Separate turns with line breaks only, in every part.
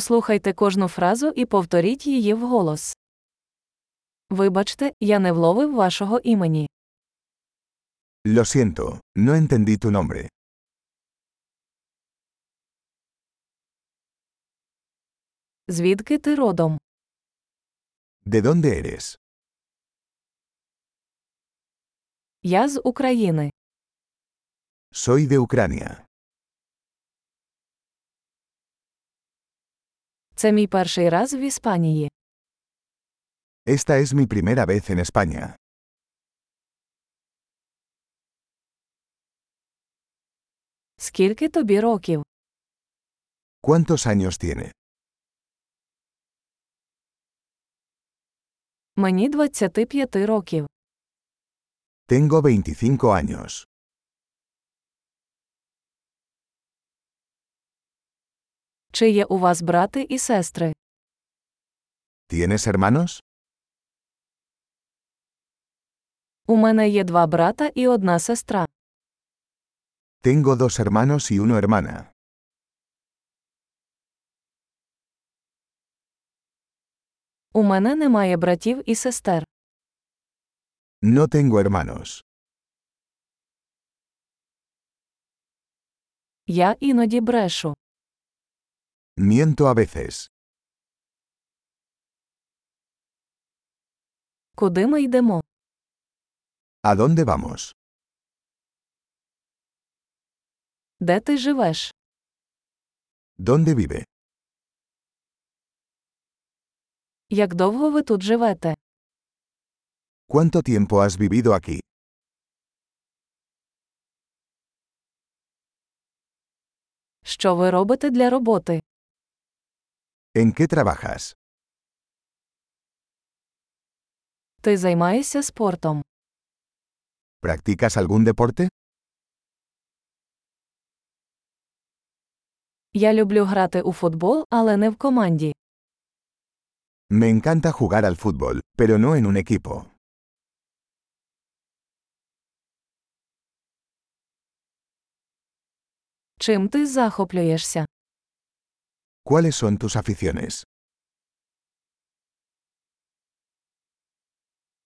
Послухайте кожну фразу і повторіть її вголос. Вибачте, я не вловив вашого імені.
Lo siento, no entendí tu nombre.
Звідки ти родом?
¿De dónde eres?
Я з України.
Soy de Ucrania.
Це мій перший раз в Іспанії.
Esta es mi primera vez en España.
Скільки тобі років?
¿Cuántos años tiene?
Мені 25 років.
Tengo 25 años.
Чи є у вас брати і сестри?
¿Tienes hermanos?
У мене є два брата і одна сестра.
Tengo dos hermanos y una hermana.
У мене немає братів і сестер.
No tengo hermanos.
Я іноді брешу.
Miento a veces.
Куди ми йдемо?
¿A dónde vamos?
Де ти живеш?
¿Dónde vive?
Як довго ви тут живете?
¿Cuánto tiempo has vivido aquí?
Що ви робите для роботи?
¿En qué trabajas?
Ти займаєшся спортом.
¿Practicas algún deporte?
Я люблю грати у футбол, але не в команді.
Me encanta jugar al fútbol, pero no en un equipo.
Чим ти захоплюєшся?
¿Cuáles son tus aficiones?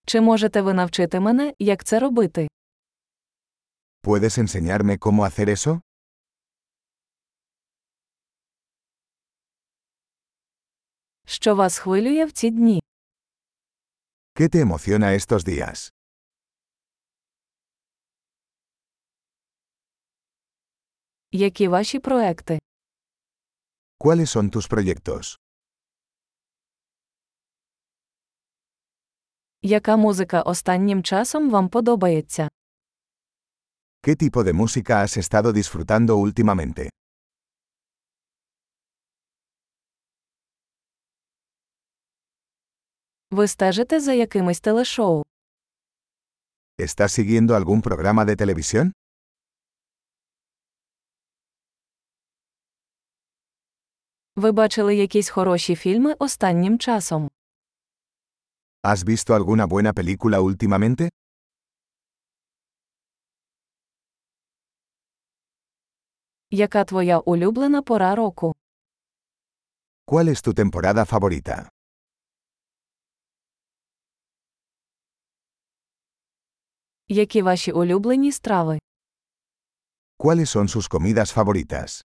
Чи можете ви навчити мене, як це робити?
¿Puedes enseñarme cómo hacer eso?
Що вас хвилює в ці дні?
¿Qué te emociona estos días?
Які ваші проекти?
¿Cuáles son tus proyectos?
Яка музика останнім часом вам подобається?
¿Qué tipo de música has estado disfrutando últimamente?
Ви стежите за якимись телешоу?
¿Estás siguiendo algún programa de televisión?
Ви бачили якісь хороші фільми останнім часом?
¿Has visto alguna buena película últimamente?
Яка твоя улюблена пора року?
¿Cuál es tu temporada favorita?
Які ваші улюблені страви?
¿Cuáles son sus comidas favoritas?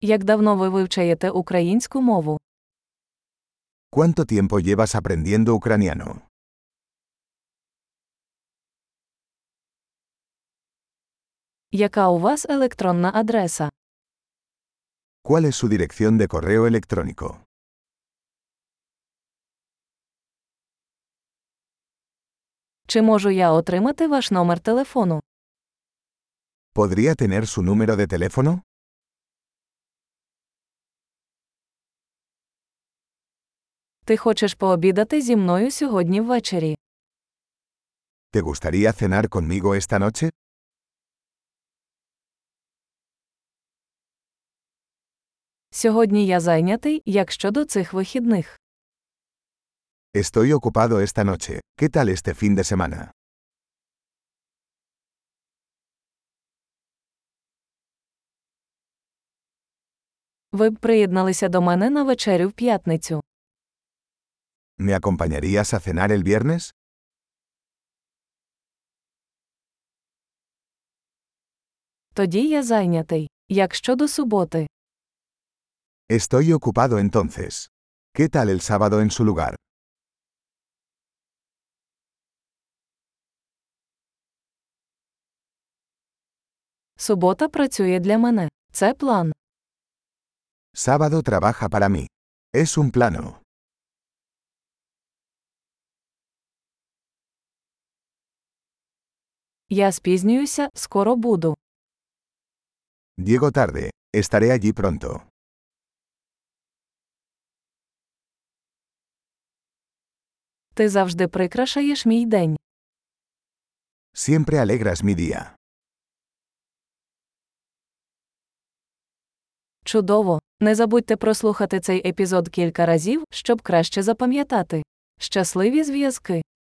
Як давно ви вивчаєте українську мову?
¿Cuánto tiempo llevas aprendiendo ucraniano?
Яка у вас електронна адреса?
¿Cuál es su dirección de correo electrónico?
Чи можу я отримати ваш номер телефону?
¿Podría tener su número de teléfono?
Ти хочеш пообідати зі мною сьогодні ввечері?
¿Te gustaría cenar conmigo esta noche?
Сьогодні я зайнятий, як щодо цих вихідних.
Estoy ocupado esta noche. ¿Qué tal este fin de semana?
Ви б приєдналися до мене на вечерю в п'ятницю.
¿Me acompañarías a cenar el viernes?
Тоді я зайнятий. Як щодо суботи?
Estoy ocupado entonces. ¿Qué tal el sábado en su lugar?
Субота працює для мене. Це план.
Sábado trabaja para mí. Es un plano.
Я спізнююся, скоро буду.
Llego tarde. Estaré allí pronto.
Ти завжди прикрашаєш мій день.
Siempre alegras mi día.
Чудово! Не забудьте прослухати цей епізод кілька разів, щоб краще запам'ятати. Щасливі зв'язки!